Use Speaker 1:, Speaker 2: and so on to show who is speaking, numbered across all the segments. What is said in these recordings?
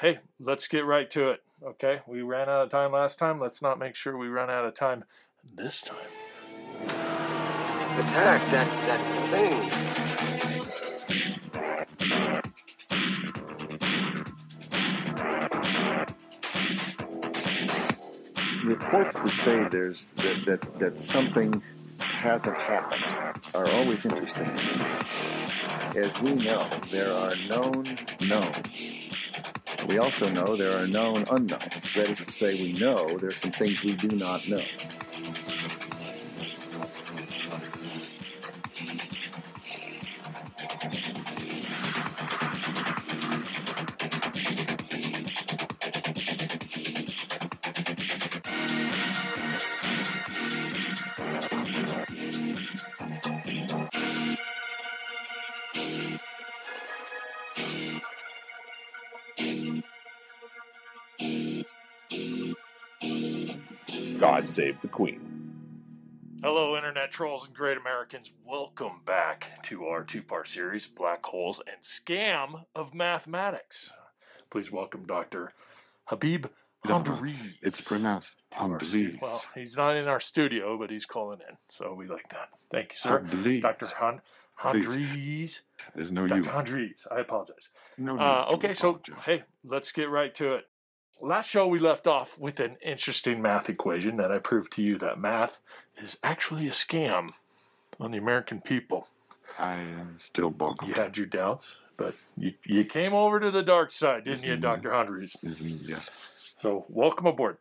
Speaker 1: hey, let's get right to it. Okay, we ran out of time last time. Let's not make sure we run out of time this time.
Speaker 2: Attack that, that thing.
Speaker 3: reports that say there's that, that that something hasn't happened are always interesting. As we know, there are known knowns. We also know there are known unknowns. That is to say, we know there are some things we do not know.
Speaker 4: God save the Queen.
Speaker 1: Hello, Internet trolls and great Americans. Welcome back to our two part series, Black Holes and Scam of Mathematics. Please welcome Dr. Habib
Speaker 5: No,
Speaker 1: Hamdariz.
Speaker 5: It's pronounced Hamdriz.
Speaker 1: Well, he's not in our studio, but he's calling in, so we like that. Thank you, sir.
Speaker 5: Hamdriz.
Speaker 1: Dr. Han-
Speaker 5: Please.
Speaker 1: Handries.
Speaker 5: There's no
Speaker 1: Dr.
Speaker 5: you.
Speaker 1: Handries. I apologize.
Speaker 5: Oh, No need
Speaker 1: Uh,
Speaker 5: to
Speaker 1: okay, so
Speaker 5: apologize.
Speaker 1: hey, let's get right to it. Last show we left off with an interesting math equation that I proved to you that math is actually a scam on the American people.
Speaker 5: I am still
Speaker 1: You
Speaker 5: boggled.
Speaker 1: had your doubts, but you, you came over to the dark side, didn't you,
Speaker 5: Mhm.
Speaker 1: Dr. Hundreds?
Speaker 5: Mhm, Yes.
Speaker 1: So welcome aboard.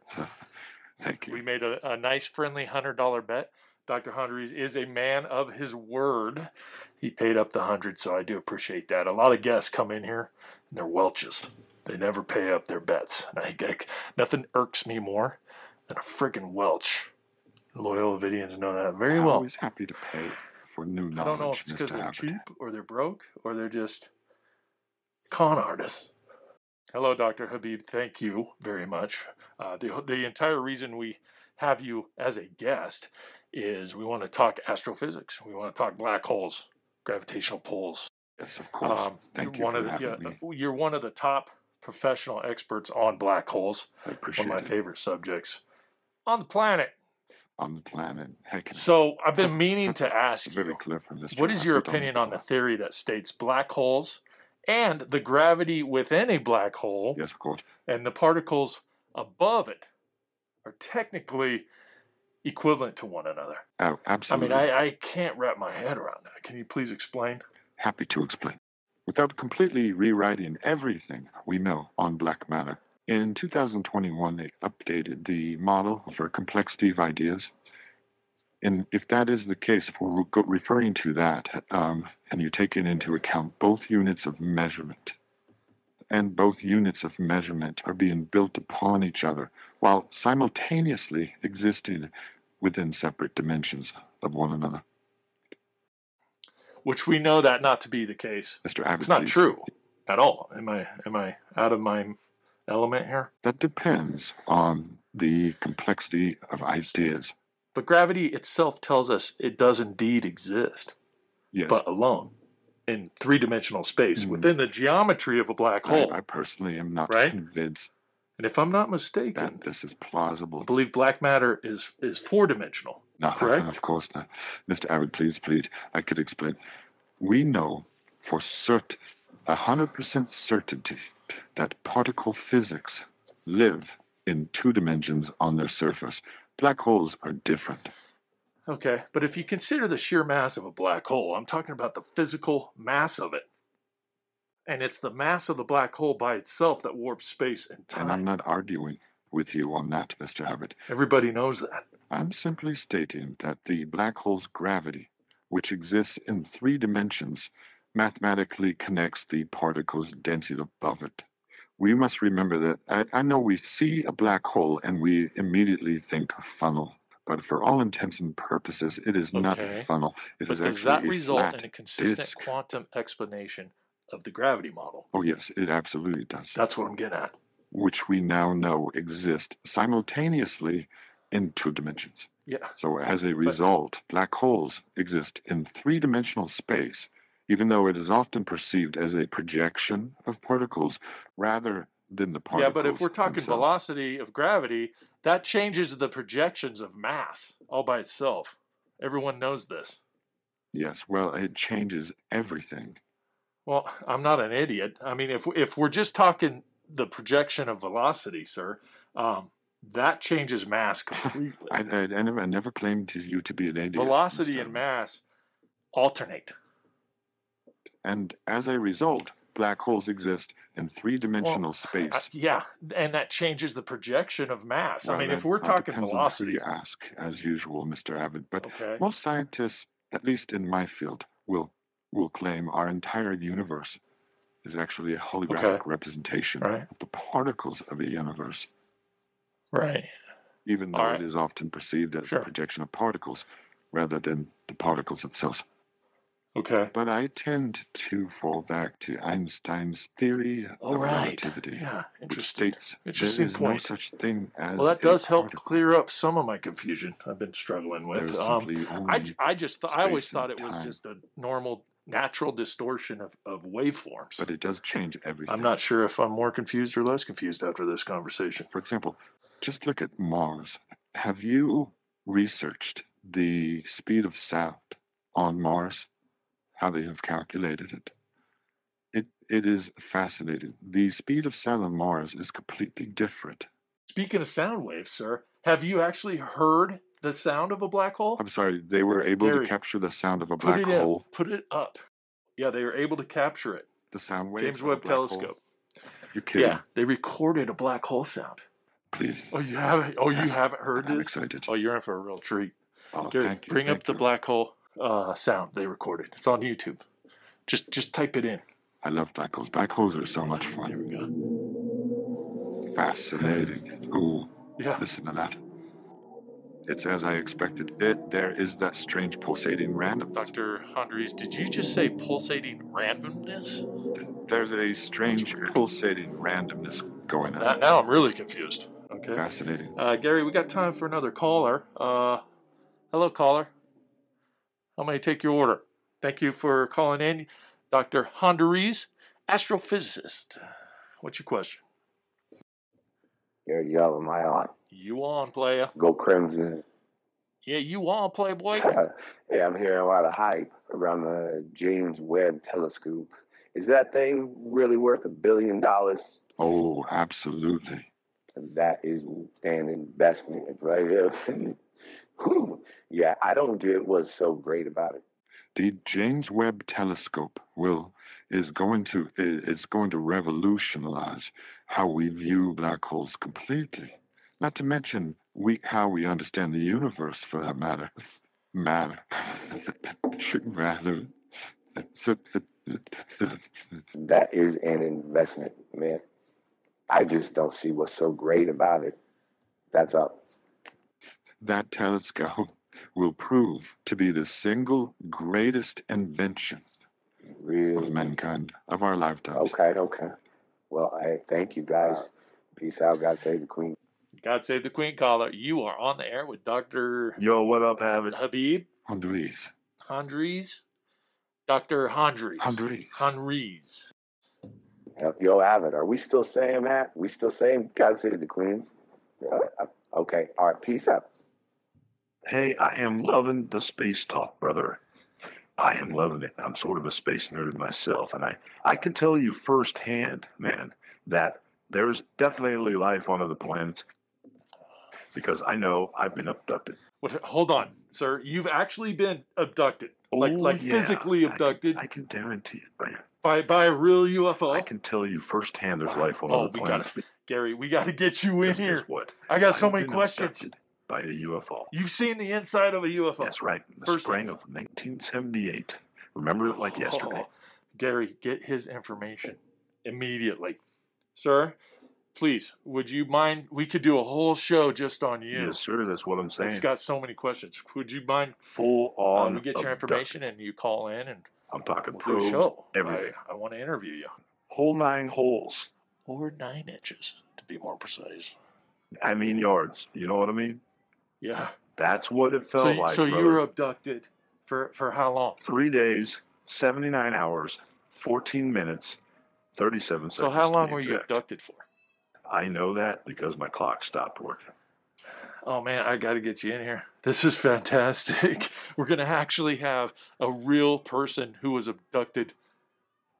Speaker 5: Thank
Speaker 1: We
Speaker 5: you.
Speaker 1: made a, a nice, friendly $100 bet. Dr. Hundreds is a man of his word. He paid up the 100 so I do appreciate that. A lot of guests come in here and they're welches. They never pay up their bets. And I, I- nothing irks me more than a friggin' welch. Loyal Ovidians know that very
Speaker 5: I'm
Speaker 1: well.
Speaker 5: always happy to pay for new
Speaker 1: I don't know if
Speaker 5: knowledge,
Speaker 1: it's because
Speaker 5: Mr.
Speaker 1: they're
Speaker 5: Haverty.
Speaker 1: cheap or they're broke or they're just con artists. Hello, Dr. Habib. Thank you very much. Uh, the, the entire reason we have you as a guest is we want to talk astrophysics. We want to talk black holes, gravitational pulls.
Speaker 5: Yes, of course.
Speaker 1: um,
Speaker 5: Thank you
Speaker 1: one
Speaker 5: for
Speaker 1: of the,
Speaker 5: having
Speaker 1: yeah, uh,
Speaker 5: me.
Speaker 1: You're one of the top professional experts on black holes,
Speaker 5: I appreciate
Speaker 1: one of my
Speaker 5: it.
Speaker 1: favorite subjects on the planet.
Speaker 5: On the planet. Heck, it's
Speaker 1: So I've been meaning to ask
Speaker 5: very
Speaker 1: you.
Speaker 5: clear from this.
Speaker 1: What is your opinion on the theory that states black holes and the gravity within a black hole
Speaker 5: Yes, of course.
Speaker 1: and the particles above it are technically equivalent to one another?
Speaker 5: Oh,
Speaker 1: I mean,
Speaker 5: absolutely.
Speaker 1: I, I can't wrap my head around that. Can you please explain?
Speaker 5: happy to explain. Without completely rewriting everything we know on black matter, in 2021 they updated the model for complexity of ideas. And if that is the case, if we're go- referring to that, um, and you're taking into account both units of measurement, and both units of measurement are being built upon each other while simultaneously existing within separate dimensions of one another.
Speaker 1: Which we know that not to be the case.
Speaker 5: Mr. Abbott,
Speaker 1: It's not
Speaker 5: please.
Speaker 1: true at all. Am I am I out of my element here?
Speaker 5: That depends on the complexity of ideas.
Speaker 1: But gravity itself tells us it does indeed exist.
Speaker 5: Yes,
Speaker 1: but alone in three dimensional space
Speaker 5: Mhm.
Speaker 1: within the geometry of a black
Speaker 5: I,
Speaker 1: hole.
Speaker 5: I personally am not
Speaker 1: Right?
Speaker 5: convinced
Speaker 1: and if I'm not mistaken,
Speaker 5: that this is
Speaker 1: I
Speaker 5: plausible.
Speaker 1: believe black matter is, is four dimensional.
Speaker 5: No,
Speaker 1: correct?
Speaker 5: of course not. Mr. Abbott, please, please, I could explain. We know for cert, 100% certainty that particle physics live in two dimensions on their surface. Black holes are different.
Speaker 1: Okay, but if you consider the sheer mass of a black hole, I'm talking about the physical mass of it. And it's the mass of the black hole by itself that warps space and
Speaker 5: And I'm
Speaker 1: time.
Speaker 5: not arguing with you on that, Mr. Abbott.
Speaker 1: Everybody knows that.
Speaker 5: I'm simply stating that the black hole's gravity, which exists in three dimensions, mathematically connects the particles density above it. We must remember that I, I know we see a black hole and we immediately think a funnel, but for all intents and purposes, it is not
Speaker 1: Okay.
Speaker 5: a funnel. It is
Speaker 1: but does
Speaker 5: actually
Speaker 1: that
Speaker 5: a
Speaker 1: result
Speaker 5: flat
Speaker 1: in a consistent
Speaker 5: disk.
Speaker 1: quantum explanation of the gravity model?
Speaker 5: Oh yes, it absolutely does.
Speaker 1: That's what I'm getting at.
Speaker 5: Which we now know exist simultaneously in two dimensions.
Speaker 1: Yeah.
Speaker 5: So, as a result, black holes exist in three dimensional space, even though it is often perceived as a projection of particles rather than the
Speaker 1: yeah,
Speaker 5: particles.
Speaker 1: but if we're talking
Speaker 5: themselves.
Speaker 1: velocity of gravity, that changes the projections of mass all by itself. Everyone knows this.
Speaker 5: Yes, well, it changes everything.
Speaker 1: Well, I'm not an idiot. I mean, if if we're just talking the projection of velocity, sir, um, that changes mass completely.
Speaker 5: I, I, I never, I never claimed to you to be an idiot.
Speaker 1: velocity
Speaker 5: Mr.
Speaker 1: and mass alternate.
Speaker 5: And as a result, black holes exist in three dimensional space.
Speaker 1: Uh, yeah, and that changes the projection of mass. I
Speaker 5: Well,
Speaker 1: mean, if
Speaker 5: that-
Speaker 1: we're
Speaker 5: that
Speaker 1: talking
Speaker 5: depends on who
Speaker 1: velocity,
Speaker 5: you ask, as usual, Mr. Abbott. But
Speaker 1: okay.
Speaker 5: most scientists, at least in my field, will will claim our entire universe is actually a holographic representation
Speaker 1: Right.
Speaker 5: of the particles of the universe,
Speaker 1: Right.
Speaker 5: even though
Speaker 1: All right.
Speaker 5: it is often perceived as
Speaker 1: Sure.
Speaker 5: a projection of particles rather than the particles themselves.
Speaker 1: Okay.
Speaker 5: But I tend to fall back to Einstein's theory
Speaker 1: All
Speaker 5: of
Speaker 1: Oh, right.
Speaker 5: relativity,
Speaker 1: Yeah.
Speaker 5: which
Speaker 1: Interesting.
Speaker 5: states
Speaker 1: Interesting
Speaker 5: there is no
Speaker 1: point.
Speaker 5: such thing as
Speaker 1: Well, that
Speaker 5: a
Speaker 1: does help
Speaker 5: particle.
Speaker 1: clear up some of my confusion I've been struggling
Speaker 5: There
Speaker 1: with.
Speaker 5: is
Speaker 1: Um,
Speaker 5: simply
Speaker 1: I,
Speaker 5: only
Speaker 1: j- I just th- I always
Speaker 5: space and
Speaker 1: thought it was
Speaker 5: time.
Speaker 1: just a normal natural distortion of, of waveforms.
Speaker 5: but it does change everything.
Speaker 1: I'm not sure if I'm more confused or less confused after this conversation.
Speaker 5: For example, just look at Mars. Have you researched the speed of sound on Mars? How they have calculated it? It it is fascinating. The speed of sound on Mars is completely different.
Speaker 1: Speaking of sound waves, sir, have you actually heard the sound of a black hole?
Speaker 5: I'm sorry, they were able
Speaker 1: Gary,
Speaker 5: to capture the sound of a
Speaker 1: Put
Speaker 5: black
Speaker 1: it
Speaker 5: hole,
Speaker 1: up. Put it up. Yeah, they were able to capture it.
Speaker 5: the sound wave.
Speaker 1: James
Speaker 5: of a
Speaker 1: Webb
Speaker 5: black hole.
Speaker 1: Telescope.
Speaker 5: You're kidding,
Speaker 1: Yeah, they recorded a black hole sound.
Speaker 5: please.
Speaker 1: Oh, you haven't? Oh, you
Speaker 5: Yes,
Speaker 1: haven't heard
Speaker 5: I'm
Speaker 1: this?
Speaker 5: excited.
Speaker 1: Oh, you're in for a real treat.
Speaker 5: Oh,
Speaker 1: Gary,
Speaker 5: thank you.
Speaker 1: bring
Speaker 5: thank
Speaker 1: up the
Speaker 5: you.
Speaker 1: black hole uh, sound they recorded. It's on YouTube. Just just type it in.
Speaker 5: I love black holes. Black holes are so much
Speaker 1: There
Speaker 5: fun.
Speaker 1: we go.
Speaker 5: Fascinating. Ooh.
Speaker 1: Yeah.
Speaker 5: Listen to that. It's as I expected. It there is that strange pulsating random.
Speaker 1: Dr. Andres, did you just say pulsating randomness?
Speaker 5: There's a strange pulsating randomness going
Speaker 1: Now,
Speaker 5: on.
Speaker 1: now I'm really confused. Okay.
Speaker 5: Fascinating.
Speaker 1: Uh, Gary, we got time for another caller. Uh, hello, caller. How may I take your order? Thank you for calling in, Dr. Honduras, astrophysicist. What's your question?
Speaker 2: Here you go, am I on?
Speaker 1: You on, playa?
Speaker 2: Go Crimson.
Speaker 1: Yeah, you on, playboy?
Speaker 2: yeah, I'm hearing a lot of hype around the James Webb Telescope. Is that thing really worth a billion dollars?
Speaker 5: Oh, absolutely.
Speaker 2: That is an investment right here. Whew. yeah, I don't get what's so great about it.
Speaker 5: The James Webb Telescope will is going to i- it's going to revolutionize how we view black holes completely. Not to mention we how we understand the universe for that matter. Matter. matter.
Speaker 2: That is an investment, man. I just don't see what's so great about it. That's all.
Speaker 5: that telescope will prove to be the single greatest invention of
Speaker 2: Really.
Speaker 5: mankind of our lifetimes.
Speaker 2: Okay, okay. Well, I thank you guys. Peace out. God save the queen.
Speaker 1: God save the queen, caller. You are on the air with Dr.
Speaker 6: Yo, what up, Havoc?
Speaker 1: Habib
Speaker 5: Honduras.
Speaker 1: Honduras. Dr. Honduras.
Speaker 5: Honduras.
Speaker 1: Honduras.
Speaker 2: Yo, Avid, are we still saying that? We still saying God save the queen? Uh, okay. All right. Peace out.
Speaker 6: Hey, I am loving the space talk, brother. I am loving it. I'm sort of a space nerd myself, and I, I can tell you firsthand, man, that there's definitely life on other planets because I know I've been abducted.
Speaker 1: What, hold on, sir. You've actually been abducted. Like
Speaker 6: Oh,
Speaker 1: like
Speaker 6: yeah.
Speaker 1: physically
Speaker 6: I can-
Speaker 1: abducted
Speaker 6: I can guarantee it, man.
Speaker 1: by by a real UFO.
Speaker 6: I can tell you firsthand there's life on
Speaker 1: Oh,
Speaker 6: other
Speaker 1: we got
Speaker 6: planets.
Speaker 1: Gary, we got to get you in
Speaker 6: because
Speaker 1: here.
Speaker 6: guess what?
Speaker 1: I got so
Speaker 6: I've
Speaker 1: many
Speaker 6: been
Speaker 1: questions.
Speaker 6: abducted By a UFO.
Speaker 1: You've seen the inside of a UFO.
Speaker 6: That's right. In the
Speaker 1: First-
Speaker 6: spring of 1978. Remember it like yesterday.
Speaker 1: Oh, Gary, get his information immediately. Sir, please, would you mind? We could do a whole show just on you.
Speaker 6: Yes, sir. That's what I'm
Speaker 1: It's
Speaker 6: saying.
Speaker 1: got so many questions. Would you mind?
Speaker 6: Full
Speaker 1: Uh,
Speaker 6: on.
Speaker 1: we get your
Speaker 6: abduction.
Speaker 1: information and you call in and
Speaker 6: I'm talking
Speaker 1: we'll do a
Speaker 6: probes,
Speaker 1: show.
Speaker 6: everything.
Speaker 1: I, I want to interview you.
Speaker 6: Whole nine holes.
Speaker 1: Or nine inches, to be more precise.
Speaker 6: I mean yards. You know what I mean?
Speaker 1: Yeah.
Speaker 6: That's what it felt
Speaker 1: so
Speaker 6: like.
Speaker 1: so you
Speaker 6: brother.
Speaker 1: were abducted for, for how long?
Speaker 6: three days, 79 hours, 14 minutes, 37 seconds.
Speaker 1: So how
Speaker 6: to
Speaker 1: long
Speaker 6: be
Speaker 1: were you
Speaker 6: exact.
Speaker 1: abducted for?
Speaker 6: I know that because my clock stopped working.
Speaker 1: Oh man, I got to get you in here. This is fantastic. We're going to actually have a real person who was abducted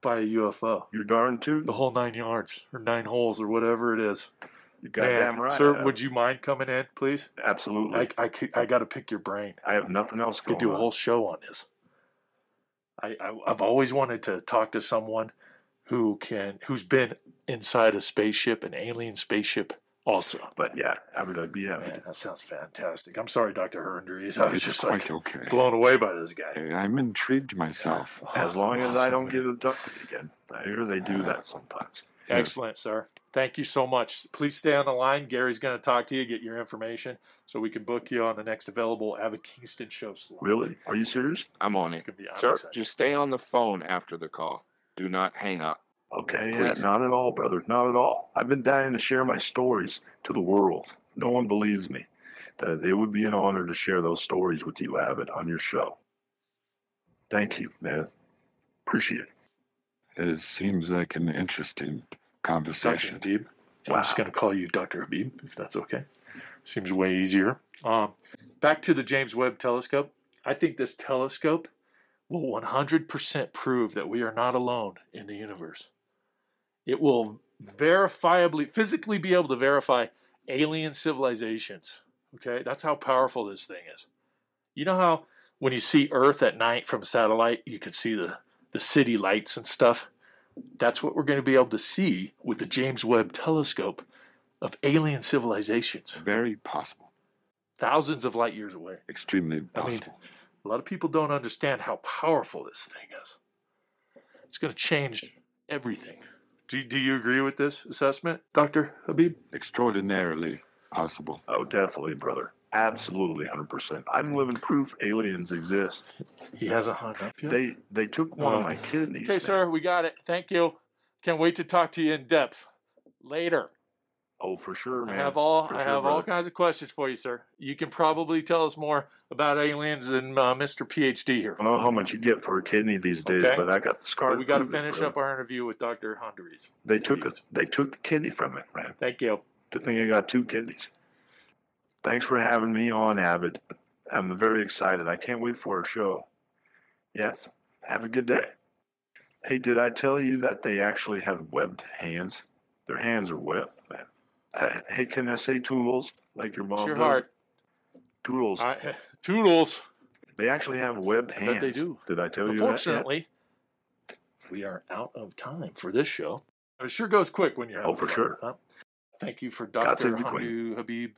Speaker 1: by a UFO.
Speaker 6: You're darn too.
Speaker 1: The whole nine yards or nine holes or whatever it is.
Speaker 6: You goddamn
Speaker 1: Man,
Speaker 6: right.
Speaker 1: Sir,
Speaker 6: I-
Speaker 1: would you mind coming in, please?
Speaker 6: absolutely.
Speaker 1: I, I, got to pick your brain.
Speaker 6: I have nothing else
Speaker 1: could
Speaker 6: going
Speaker 1: do a
Speaker 6: on.
Speaker 1: whole show on this. I, I I've always wanted to talk to someone who can who's been inside a spaceship, an alien spaceship, also.
Speaker 6: But yeah, I would uh, be happy.
Speaker 1: Man,
Speaker 6: to-
Speaker 1: that sounds fantastic. I'm sorry, Doctor Hernandez. I was
Speaker 5: it's
Speaker 1: just
Speaker 5: quite
Speaker 1: like
Speaker 5: okay.
Speaker 1: blown away by this guy.
Speaker 5: Okay, I'm intrigued myself.
Speaker 1: Oh,
Speaker 6: As long as I
Speaker 1: Awesome.
Speaker 6: don't get abducted again, I hear they do that sometimes.
Speaker 1: Excellent, sir. Thank you so much. Please stay on the line. Gary's going to talk to you, get your information, so we can book you on the next available Avid Kingston show slot.
Speaker 6: Really? Are you serious?
Speaker 7: I'm on
Speaker 1: It's
Speaker 7: it.
Speaker 1: going to be I'm
Speaker 7: Sir,
Speaker 1: excited.
Speaker 7: just stay on the phone after the call. Do not hang up.
Speaker 6: Okay, yeah,
Speaker 7: Please.
Speaker 6: not at all, brother. Not at all. I've been dying to share my stories to the world. No one believes me. Uh, It would be an honor to share those stories with you, Abbott, on your show. Thank you, man. Appreciate it.
Speaker 5: It seems like an interesting
Speaker 1: Dr.
Speaker 5: conversation.
Speaker 1: Habib. I'm just
Speaker 6: Wow.
Speaker 1: going to call you Dr. Habib, if that's okay. Seems way easier. Um, back to the James Webb telescope. I think this telescope will 100% prove that we are not alone in the universe. It will verifiably, physically be able to verify alien civilizations. Okay? That's how powerful this thing is. You know how when you see Earth at night from satellite, you can see the, the city lights and stuff? That's what we're going to be able to see with the James Webb telescope of alien civilizations,
Speaker 5: Very possible.
Speaker 1: thousands of light years away.
Speaker 5: Extremely
Speaker 1: I mean,
Speaker 5: possible.
Speaker 1: a lot of people don't understand how powerful this thing is. It's going to change everything. Do, do you agree with this assessment, Dr. Habib?
Speaker 5: Extraordinarily possible.
Speaker 6: Oh, definitely, brother. Absolutely, 100%. I'm living proof aliens exist.
Speaker 1: He hasn't hung up yet.
Speaker 6: They they took one
Speaker 1: Uh,
Speaker 6: of my kidneys.
Speaker 1: okay,
Speaker 6: man.
Speaker 1: sir, we got it. Thank you. Can't wait to talk to you in depth later.
Speaker 6: Oh, for sure,
Speaker 1: I
Speaker 6: man.
Speaker 1: have all
Speaker 6: For
Speaker 1: I
Speaker 6: sure,
Speaker 1: have all
Speaker 6: brother.
Speaker 1: kinds of questions for you, sir. You can probably tell us more about aliens than uh, Mr. PhD here.
Speaker 6: I don't know how much you get for a kidney these days,
Speaker 1: Okay.
Speaker 6: but I got the scar.
Speaker 1: But we got to
Speaker 6: prove it,
Speaker 1: finish
Speaker 6: brother.
Speaker 1: up our interview with Dr. Honduras.
Speaker 6: They took it. They took the kidney from it, man.
Speaker 1: Thank you.
Speaker 6: Good thing I got two kidneys. Thanks for having me on, Abbott. I'm very excited. I can't wait for our show. Yes. Have a good day. Hey, did I tell you that they actually have webbed hands? Their hands are webbed, man. Uh, hey, can I say toodles like your mom
Speaker 1: It's your
Speaker 6: does?
Speaker 1: heart.
Speaker 6: Toodles.
Speaker 1: I, toodles.
Speaker 6: They actually have webbed
Speaker 1: I bet
Speaker 6: hands.
Speaker 1: they do.
Speaker 6: Did I tell you that? yet?
Speaker 1: Unfortunately, we are out of time for this show. It sure goes quick when you're
Speaker 6: Oh,
Speaker 1: having
Speaker 6: for
Speaker 1: fun,
Speaker 6: sure.
Speaker 1: huh? Thank you for
Speaker 6: God
Speaker 1: Dr.
Speaker 6: save the queen.
Speaker 1: Hondu Habib.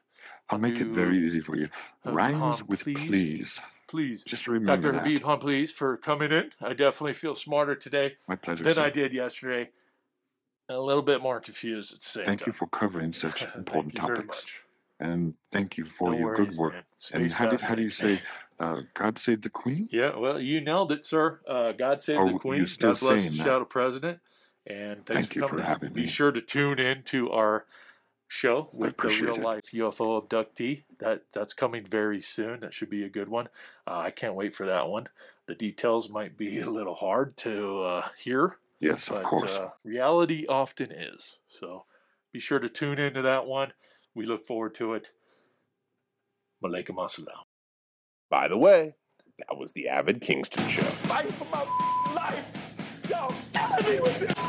Speaker 5: I'll make it very easy for you.
Speaker 1: Hab-
Speaker 5: Rhymes
Speaker 1: Han,
Speaker 5: with please.
Speaker 1: Please.
Speaker 5: Just
Speaker 1: Dr.
Speaker 5: remember that.
Speaker 1: um, Habib Han, please, for coming in. I definitely feel smarter today
Speaker 5: My pleasure.
Speaker 1: than
Speaker 5: sir.
Speaker 1: I did yesterday. And a little bit more confused at the same
Speaker 5: Thank
Speaker 1: time.
Speaker 5: you for covering such
Speaker 1: Thank
Speaker 5: important
Speaker 1: you very
Speaker 5: topics.
Speaker 1: much.
Speaker 5: And thank you for
Speaker 1: No
Speaker 5: your
Speaker 1: worries,
Speaker 5: good work.
Speaker 1: man.
Speaker 5: And
Speaker 1: Space
Speaker 5: how do, how do you
Speaker 1: fascinates me.
Speaker 5: say, uh, God save the Queen?
Speaker 1: Yeah, well, you nailed it, sir. Uh, God save
Speaker 5: Oh,
Speaker 1: the
Speaker 5: you're
Speaker 1: Queen.
Speaker 5: still
Speaker 1: God bless
Speaker 5: saying
Speaker 1: the
Speaker 5: that.
Speaker 1: shadow president. And thanks
Speaker 5: Thank you for
Speaker 1: coming in.
Speaker 5: having
Speaker 1: Be
Speaker 5: me.
Speaker 1: sure to tune in to our show with the
Speaker 5: appreciate it.
Speaker 1: real life UFO abductee. That that's coming very soon. That should be a good one. Uh, I can't wait for that one. The details might be a little hard to uh, hear,
Speaker 5: Yes, of
Speaker 1: but
Speaker 5: course.
Speaker 1: Uh, reality often is. So be sure to tune into that one. We look forward to it. Malaikum assalam.
Speaker 4: By the way, that was the Avid Kingston Show.
Speaker 2: Fight for my life. Don't ever be with this